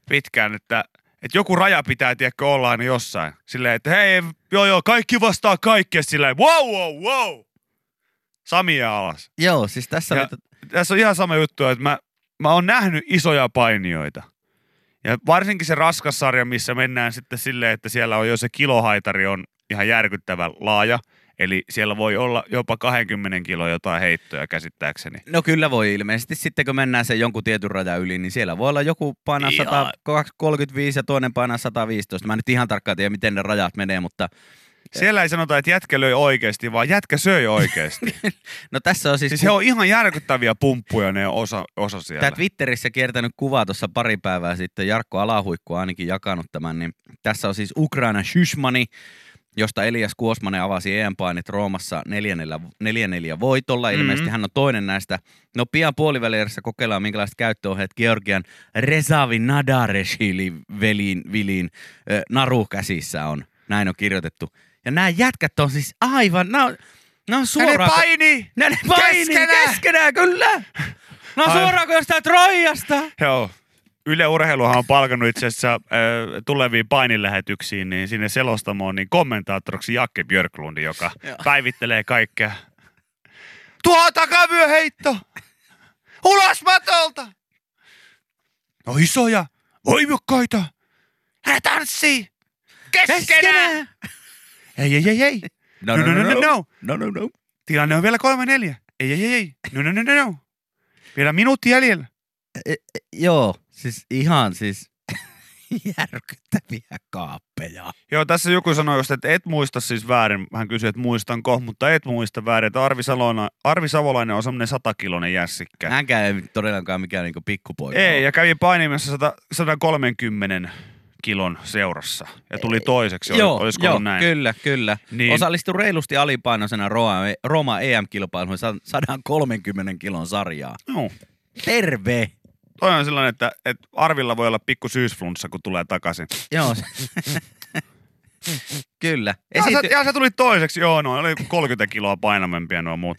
[SPEAKER 3] pitkään, että, että joku raja pitää, tiedätkö, olla aina jossain. Silleen, että hei, joo joo, kaikki vastaa kaikkea silleen, wow, wow, wow. Samia alas.
[SPEAKER 2] Joo, siis tässä
[SPEAKER 3] Ja-
[SPEAKER 2] oli... tot-
[SPEAKER 3] Tässä on ihan sama juttu, että mä, mä oon nähnyt isoja painijoita. Ja varsinkin se raskas sarja, missä mennään sitten silleen, että siellä on jo se kilohaitari on ihan järkyttävän laaja. Eli siellä voi olla jopa 20 kilo jotain heittoja käsittääkseni.
[SPEAKER 2] No kyllä voi ilmeisesti. Sitten kun mennään sen jonkun tietyn rajan yli, niin siellä voi olla joku painaa
[SPEAKER 3] Ihan.
[SPEAKER 2] 135 ja toinen painaa 115. Mä en nyt ihan tarkkaan tiedä, miten ne rajat menee, mutta
[SPEAKER 3] Siellä ei sanota, että jätkä löi oikeasti, vaan jätkä söi oikeasti.
[SPEAKER 2] no tässä on siis...
[SPEAKER 3] siis
[SPEAKER 2] ku-
[SPEAKER 3] he on ihan järkyttäviä pumppuja ne osa, osa
[SPEAKER 2] Tää
[SPEAKER 3] siellä.
[SPEAKER 2] Twitterissä kiertänyt kuvaa tuossa pari päivää sitten, Jarkko Alahuikku on ainakin jakanut tämän, niin tässä on siis Ukraina Shishmani, josta Elias Kuosmanen avasi EM-painit Roomassa 4-4 voitolla. Ilmeisesti
[SPEAKER 3] Mhm.
[SPEAKER 2] hän on toinen näistä. No pian puolivälierässä kokeillaan, minkälaiset käyttöohjeet Georgian Rezavi Nadareshilin veliin, viliin ö, naru käsissä on. Näin on kirjoitettu. Ja nämä jätkät on siis aivan, nämä on, nämä on
[SPEAKER 3] Ja ne
[SPEAKER 2] suoraan...
[SPEAKER 3] paini!
[SPEAKER 2] Ne, ne painii keskenään,
[SPEAKER 3] Keskenään!
[SPEAKER 2] keskenään kyllä. No
[SPEAKER 3] Aivan.
[SPEAKER 2] suoraan kuin jostain Troijasta.
[SPEAKER 3] Joo. Yle Urheiluhan on palkannut itse asiassa äh, tuleviin painilähetyksiin niin sinne selostamoon niin kommentaattoriksi Jakke Björklundi, joka
[SPEAKER 2] Joo.
[SPEAKER 3] päivittelee kaikkea. Tuo takavyö heitto! Ulos matolta! No isoja, voimakkaita! Hän tanssii! Keskenään! Ei, ei, ei, ei!
[SPEAKER 2] No,
[SPEAKER 3] No, no, no, no, no.
[SPEAKER 2] no, no, no.
[SPEAKER 3] Tilanne on vielä kolme neljä. Ei, ei, ei, ei. No, no, no, no, no. Vielä minuutti jäljellä.
[SPEAKER 2] Joo, siis ihan siis järkyttäviä kaappeja.
[SPEAKER 3] Joo, tässä joku sanoi just, että et muista siis väärin. Hän kysyi, että muistanko, mutta et muista väärin. Että Arvi, Salona, Arvi Savolainen on semmoinen satakilonen jässikkä.
[SPEAKER 2] Hänkään ei nyt todellakaan mikään niinku pikkupoika.
[SPEAKER 3] Ei,
[SPEAKER 2] ole.
[SPEAKER 3] ja kävi painimessa 100, 130 kilon seurassa. Ja tuli toiseksi, Oli-
[SPEAKER 2] joo,
[SPEAKER 3] olisiko
[SPEAKER 2] joo
[SPEAKER 3] ollut näin?
[SPEAKER 2] kyllä, kyllä. Niin.
[SPEAKER 3] Niin.
[SPEAKER 2] Osallistui reilusti alipainoisena Roma, E- Roma EM-kilpailuun sa- 130 kilon sarjaa.
[SPEAKER 3] Joo.
[SPEAKER 2] Terve!
[SPEAKER 3] Toi on sellainen, että, että Arvilla voi olla pikku syysflunssa, kun tulee takaisin.
[SPEAKER 2] Joo. kyllä.
[SPEAKER 3] Ja,
[SPEAKER 2] Esity-
[SPEAKER 3] sä, ja sä tulit toiseksi, joo, no oli 30 kiloa painavempia nuo muut.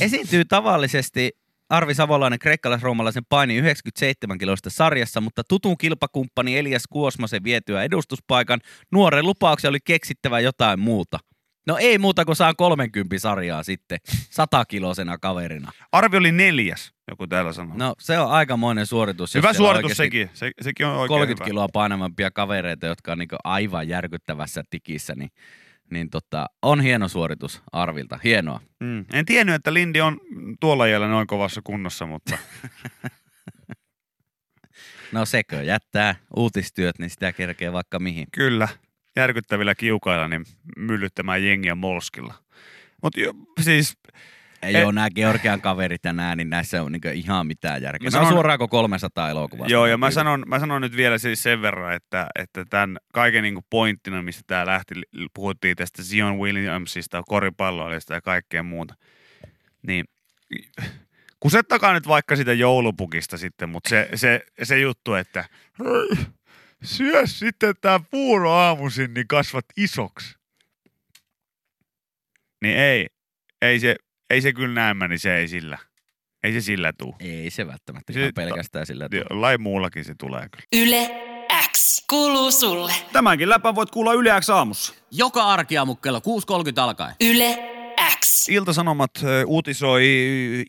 [SPEAKER 2] Esiintyy tavallisesti Arvi Savolainen kreikkalais-roomalaisen paini 97 kiloista sarjassa, mutta tutun kilpakumppani Elias Kuosmasen vietyä edustuspaikan nuoren lupauksen oli keksittävä jotain muuta. No ei muuta kuin saan 30 sarjaa sitten, 100 kilosena kaverina.
[SPEAKER 3] Arvi oli neljäs, joku täällä sanoo.
[SPEAKER 2] No se on aikamoinen suoritus. jos
[SPEAKER 3] hyvä
[SPEAKER 2] Siis siellä
[SPEAKER 3] suoritus
[SPEAKER 2] oikeasti
[SPEAKER 3] sekin, se, sekin on oikein
[SPEAKER 2] 30
[SPEAKER 3] hyvä.
[SPEAKER 2] kiloa painavampia kavereita, jotka on niin aivan järkyttävässä tikissä, niin, niin tota, on hieno suoritus Arvilta. Hienoa.
[SPEAKER 3] Mm. En tiennyt, että Lindi on tuolla jäljellä noin kovassa kunnossa, mutta
[SPEAKER 2] No sekö jättää uutistyöt, niin sitä kerkee vaikka mihin.
[SPEAKER 3] kyllä, järkyttävillä kiukailla niin myllyttämään jengiä molskilla. Mutta siis,
[SPEAKER 2] Ei
[SPEAKER 3] Et-
[SPEAKER 2] ole nämä Georgian kaverit ja nää, niin näissä on niinku ihan mitään järkeä.
[SPEAKER 3] Mä
[SPEAKER 2] Sanon...
[SPEAKER 3] sanon-
[SPEAKER 2] suoraan kuin 300 elokuvaa.
[SPEAKER 3] joo, ja mä sanon, mä sanon nyt vielä siis sen verran, että, että tämän kaiken niin pointtina, mistä tämä lähti, li- puhuttiin tästä Zion Williamsista, koripalloilijasta ja kaikkea muuta, niin kusettakaa nyt vaikka sitä joulupukista sitten, mutta se, se, se juttu, että syö sitten tämä puuro aamuisin, niin kasvat isoksi. Niin ei, ei se, ei se kyllä näemmä, niin se ei sillä. Ei se sillä tuu.
[SPEAKER 2] Ei se välttämättä
[SPEAKER 3] Se-
[SPEAKER 2] ihan pelkästään sillä. tule.
[SPEAKER 3] Lai muullakin se tulee kyllä.
[SPEAKER 1] Yle X. Kuuluu sulle.
[SPEAKER 6] Tämänkin läpän voit kuulla Yle X aamussa.
[SPEAKER 7] Joka arkiaamu kello 6.30 alkaen.
[SPEAKER 1] Yle X.
[SPEAKER 3] Iltasanomat ö, uutisoi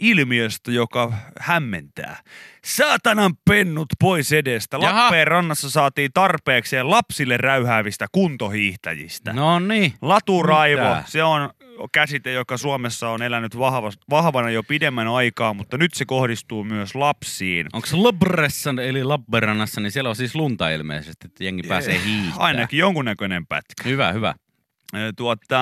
[SPEAKER 3] ilmiöstä, joka hämmentää. Saatanan pennut pois edestä.
[SPEAKER 2] Jaha.
[SPEAKER 3] Lappeenrannassa saatiin tarpeekseen lapsille räyhäävistä kuntohiihtäjistä.
[SPEAKER 2] No niin.
[SPEAKER 3] Laturaivo,
[SPEAKER 2] Mitä?
[SPEAKER 3] se on käsite, joka Suomessa on elänyt vahva, vahvana jo pidemmän aikaa, mutta nyt se kohdistuu myös lapsiin.
[SPEAKER 2] Onko Labressa, eli Lappeenrannassa, niin siellä on siis lunta ilmeisesti, että jengi pääsee hiihtämään.
[SPEAKER 3] Ainakin jonkunnäköinen pätkä.
[SPEAKER 2] Hyvä, hyvä. No
[SPEAKER 3] Ö, Tuota,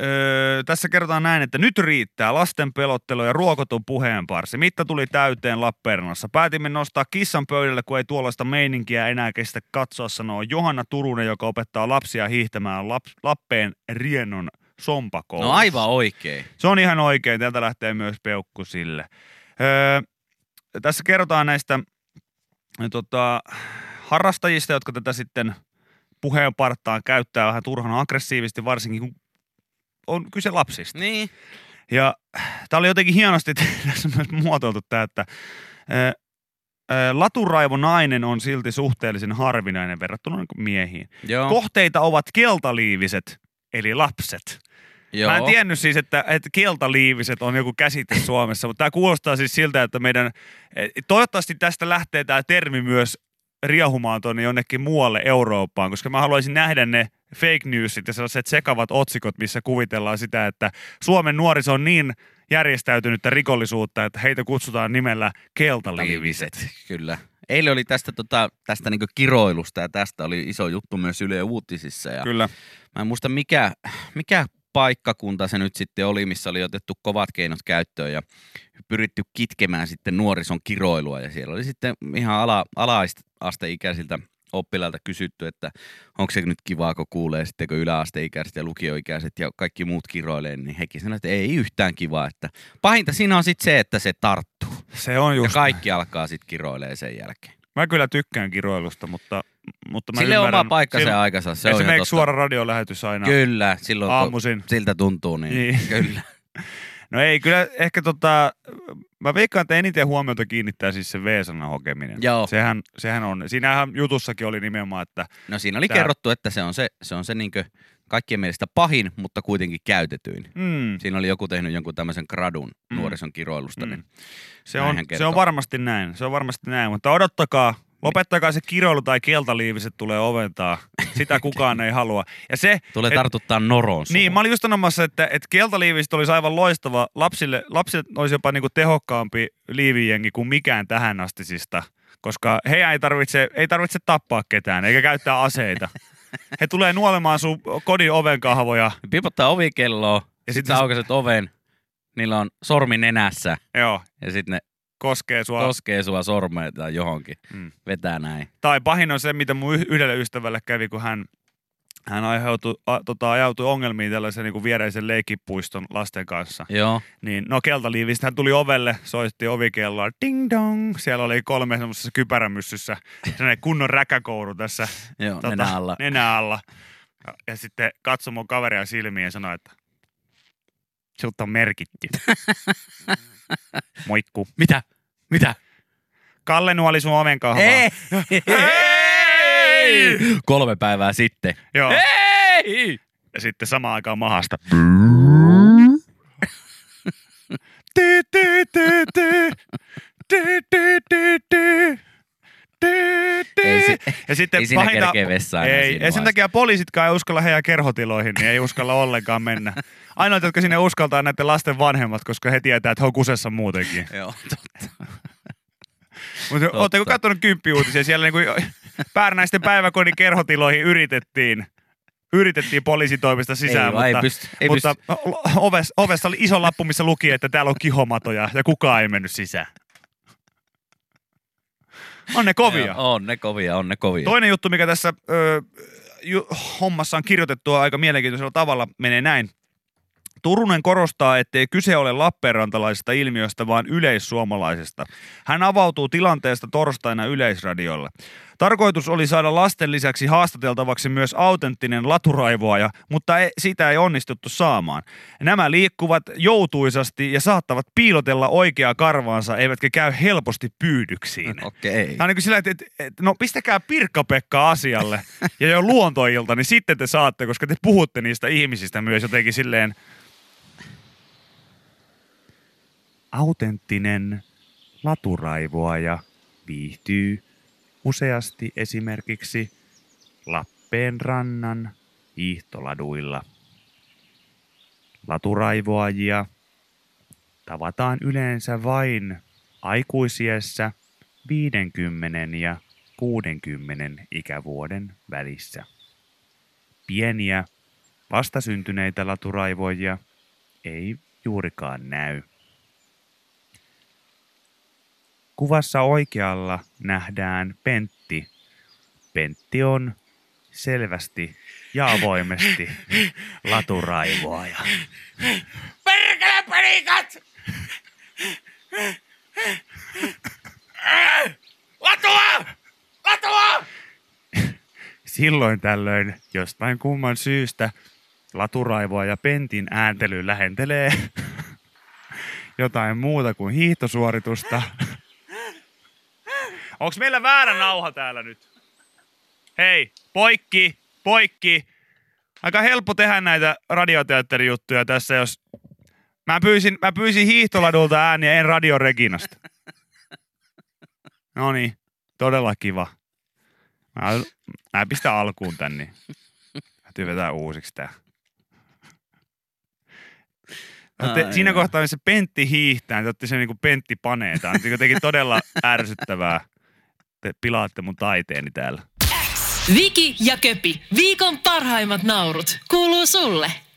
[SPEAKER 3] Öö, tässä kerrotaan näin, että nyt riittää lasten pelottelu ja ruokotun puheenparsi. Mitta tuli täyteen Lappeenrannassa. Päätimme nostaa kissan pöydälle, kun ei tuollaista meininkiä enää kestä katsoa, sanoo Johanna Turunen, joka opettaa lapsia hiihtämään Lap- Lappeen riennon sompakoulussa.
[SPEAKER 2] No aivan oikein.
[SPEAKER 3] Se on ihan oikein. Täältä lähtee myös peukku sille. Öö, tässä kerrotaan näistä ö, tota, harrastajista, jotka tätä sitten puheenparttaan käyttää vähän turhan aggressiivisesti, varsinkin kun on kyse lapsista.
[SPEAKER 2] Niin.
[SPEAKER 3] Ja tämä oli jotenkin hienosti tässä myös muotoiltu tämä, että ö, ö, laturaivo nainen on silti suhteellisen harvinainen verrattuna niinku miehiin.
[SPEAKER 2] Joo.
[SPEAKER 3] Kohteita ovat keltaliiviset, eli lapset.
[SPEAKER 2] Joo.
[SPEAKER 3] Mä en tiennyt siis, että, että keltaliiviset on joku käsite Suomessa, mutta tämä kuulostaa siis siltä, että meidän, eh, toivottavasti tästä lähtee tämä termi myös riehumaan tuonne jonnekin muualle Eurooppaan, koska mä haluaisin nähdä ne fake newsit ja sellaiset sekavat otsikot, missä kuvitellaan sitä, että Suomen nuoriso on niin järjestäytynyttä rikollisuutta, että heitä kutsutaan nimellä keltaliiviset.
[SPEAKER 2] Kyllä. Eilen oli tästä, tota, tästä niinku kiroilusta ja tästä oli iso juttu myös Yle Uutisissa. Ja
[SPEAKER 3] Kyllä.
[SPEAKER 2] Mä en muista mikä, mikä paikkakunta se nyt sitten oli, missä oli otettu kovat keinot käyttöön ja pyritty kitkemään sitten nuorison kiroilua. Ja siellä oli sitten ihan ala, ala-asteikäisiltä oppilailta kysytty, että onko se nyt kivaa, kun kuulee sitten, kun yläasteikäiset ja lukioikäiset ja kaikki muut kiroilee, niin hekin sanoivat, että ei yhtään kivaa. Että pahinta siinä on sitten se, että se tarttuu.
[SPEAKER 3] Se on
[SPEAKER 2] Ja
[SPEAKER 3] just.
[SPEAKER 2] kaikki alkaa sitten kiroilee sen jälkeen.
[SPEAKER 3] Mä kyllä tykkään kiroilusta, mutta, mutta mä
[SPEAKER 2] Sille on
[SPEAKER 3] ymmärrän.
[SPEAKER 2] oma paikka se
[SPEAKER 3] Sille-
[SPEAKER 2] aikansa. Se on ihan
[SPEAKER 3] Esimerkiksi
[SPEAKER 2] totta.
[SPEAKER 3] suora radiolähetys aina.
[SPEAKER 2] Kyllä, silloin kun
[SPEAKER 3] Aamuisin.
[SPEAKER 2] siltä tuntuu, niin,
[SPEAKER 3] Niin.
[SPEAKER 2] kyllä.
[SPEAKER 3] No ei, kyllä ehkä tota, mä veikkaan, että eniten huomiota kiinnittää siis se V-sanan hokeminen.
[SPEAKER 2] Joo.
[SPEAKER 3] Sehän, sehän on, siinähän jutussakin oli nimenomaan, että
[SPEAKER 2] No siinä oli
[SPEAKER 3] Tää-
[SPEAKER 2] kerrottu, että se on se, se, on se niinkö kaikkien mielestä pahin, mutta kuitenkin käytetyin.
[SPEAKER 3] mm,
[SPEAKER 2] Siinä oli joku tehnyt jonkun tämmöisen gradun
[SPEAKER 3] Mm.
[SPEAKER 2] mm. nuorison kiroilusta.
[SPEAKER 3] Mm.
[SPEAKER 2] Niin.
[SPEAKER 3] se, on,
[SPEAKER 2] Näinhän
[SPEAKER 3] se
[SPEAKER 2] kertoo.
[SPEAKER 3] on varmasti näin, se on varmasti näin, mutta odottakaa, lopettakaa se kiroilu tai keltaliiviset tulee oventaa, sitä kukaan ei halua. Ja se,
[SPEAKER 2] Tulee
[SPEAKER 3] Et-
[SPEAKER 2] tartuttaa noroon suhun.
[SPEAKER 3] Niin, mä olin just sanomassa, että, että keltaliivistä olisi aivan loistava. Lapsille, lapsille olisi jopa niinku tehokkaampi liivijengi kuin mikään tähän astisista, koska heidän ei tarvitse, ei tarvitse tappaa ketään eikä käyttää aseita. He tulee nuolemaan sun kodin oven kahvoja.
[SPEAKER 2] Pipottaa ovikelloa, ja
[SPEAKER 3] sit
[SPEAKER 2] sitten
[SPEAKER 3] ne-
[SPEAKER 2] sä aukaset oven, niillä on sormi nenässä,
[SPEAKER 3] Joo,
[SPEAKER 2] ja sitten ne
[SPEAKER 3] koskee sua.
[SPEAKER 2] koskee sua sormea tai johonkin.
[SPEAKER 3] Mm.
[SPEAKER 2] Mm. Vetää näin.
[SPEAKER 3] Tai pahin on se, mitä mun yh- yhdelle ystävälle kävi, kun hän, hän aiheutui, a, tota, ajautui ongelmiin tällaisen niin viereisen leikkipuiston lasten kanssa.
[SPEAKER 2] Joo.
[SPEAKER 3] Niin, no keltaliivistä hän tuli ovelle, soitti ovikelloa, ding dong. Siellä oli kolme semmoisessa kypärämyssyssä, sellainen kunnon räkäkouru tässä
[SPEAKER 2] Joo, tota, nenä alla.
[SPEAKER 3] nenä alla. Ja, ja sitten katsoi mun kaveria silmiin ja sanoi, että sut on merkitty. Moikku.
[SPEAKER 2] Mitä? Mitä?
[SPEAKER 3] Kalle nuoli sun oven kahvaa.
[SPEAKER 2] Ei! Kolme päivää sitten.
[SPEAKER 3] Joo.
[SPEAKER 2] Ei!
[SPEAKER 3] Ja sitten samaan aikaan mahasta.
[SPEAKER 2] Ei si-
[SPEAKER 3] Ja sitten
[SPEAKER 2] ei siinä
[SPEAKER 3] pahinta-
[SPEAKER 2] kerkeä vessaan enää
[SPEAKER 3] Ei,
[SPEAKER 2] siinä
[SPEAKER 3] ja sen
[SPEAKER 2] vaiheessa.
[SPEAKER 3] takia poliisitkaan ei uskalla heidän kerhotiloihin, niin ei uskalla ollenkaan mennä. Ainoat, jotka sinne uskaltaa, on näiden lasten vanhemmat, koska he tietää, että he on kusessa muutenkin.
[SPEAKER 2] Joo,
[SPEAKER 3] Mutta ootteko katsonut kymppiuutisia? Siellä niinku Päärnäisten päiväkodin kerhotiloihin yritettiin yritettiin poliisitoimista sisään,
[SPEAKER 2] Ei vaan,
[SPEAKER 3] mutta,
[SPEAKER 2] ei pysty- ei
[SPEAKER 3] mutta oves, ovessa oli iso lappu, missä luki, että täällä on kihomatoja ja kukaan ei mennyt sisään. On ne kovia.
[SPEAKER 2] Joo, On ne kovia, on ne kovia.
[SPEAKER 3] Toinen juttu, mikä tässä ö, ju, hommassa on kirjoitettua aika mielenkiintoisella tavalla, menee näin. Turunen korostaa, ettei kyse ole lappeenrantalaisesta ilmiöstä, vaan yleissuomalaisesta. Hän avautuu tilanteesta torstaina yleisradiolla. Tarkoitus oli saada lasten lisäksi haastateltavaksi myös autenttinen laturaivoaja, mutta ei, sitä ei onnistuttu saamaan. Nämä liikkuvat joutuisasti ja saattavat piilotella oikeaa karvaansa, eivätkä käy helposti pyydyksiin.
[SPEAKER 2] Okei.
[SPEAKER 3] Tämä on niin kuin sillä, että, että, että no pistäkää Pirkka-Pekka asialle ja jo luontoilta, niin sitten te saatte, koska te puhutte niistä ihmisistä myös jotenkin silleen autenttinen laturaivoaja viihtyy useasti esimerkiksi Lappeenrannan hiihtoladuilla. Laturaivoajia tavataan yleensä vain aikuisiessä 50 ja 60 ikävuoden välissä. Pieniä vastasyntyneitä laturaivoja ei juurikaan näy. Kuvassa oikealla nähdään Pentti. Pentti on selvästi ja avoimesti laturaivoaja.
[SPEAKER 5] Perkele panikat! Latua! Latua!
[SPEAKER 3] Silloin tällöin jostain kumman syystä laturaivoa ja pentin ääntely lähentelee jotain muuta kuin hiihtosuoritusta. Onks meillä väärä nauha täällä nyt? Hei, poikki, poikki. Aika helppo tehdä näitä radioteatterijuttuja tässä, jos... Mä pyysin, mä pyysin hiihtoladulta ääniä, en radioreginasta. No niin, todella kiva. Mä, mä pistän alkuun tän, niin täytyy vetää uusiksi tää. Te,
[SPEAKER 2] Ai
[SPEAKER 3] siinä
[SPEAKER 2] joo.
[SPEAKER 3] kohtaa, missä Pentti hiihtää, niin te otti sen niin kuin Pentti panee. Tämä on jotenkin todella ärsyttävää. Te pilaatte mun taiteeni täällä.
[SPEAKER 1] Viki ja Köpi, viikon parhaimmat naurut, kuuluu sulle.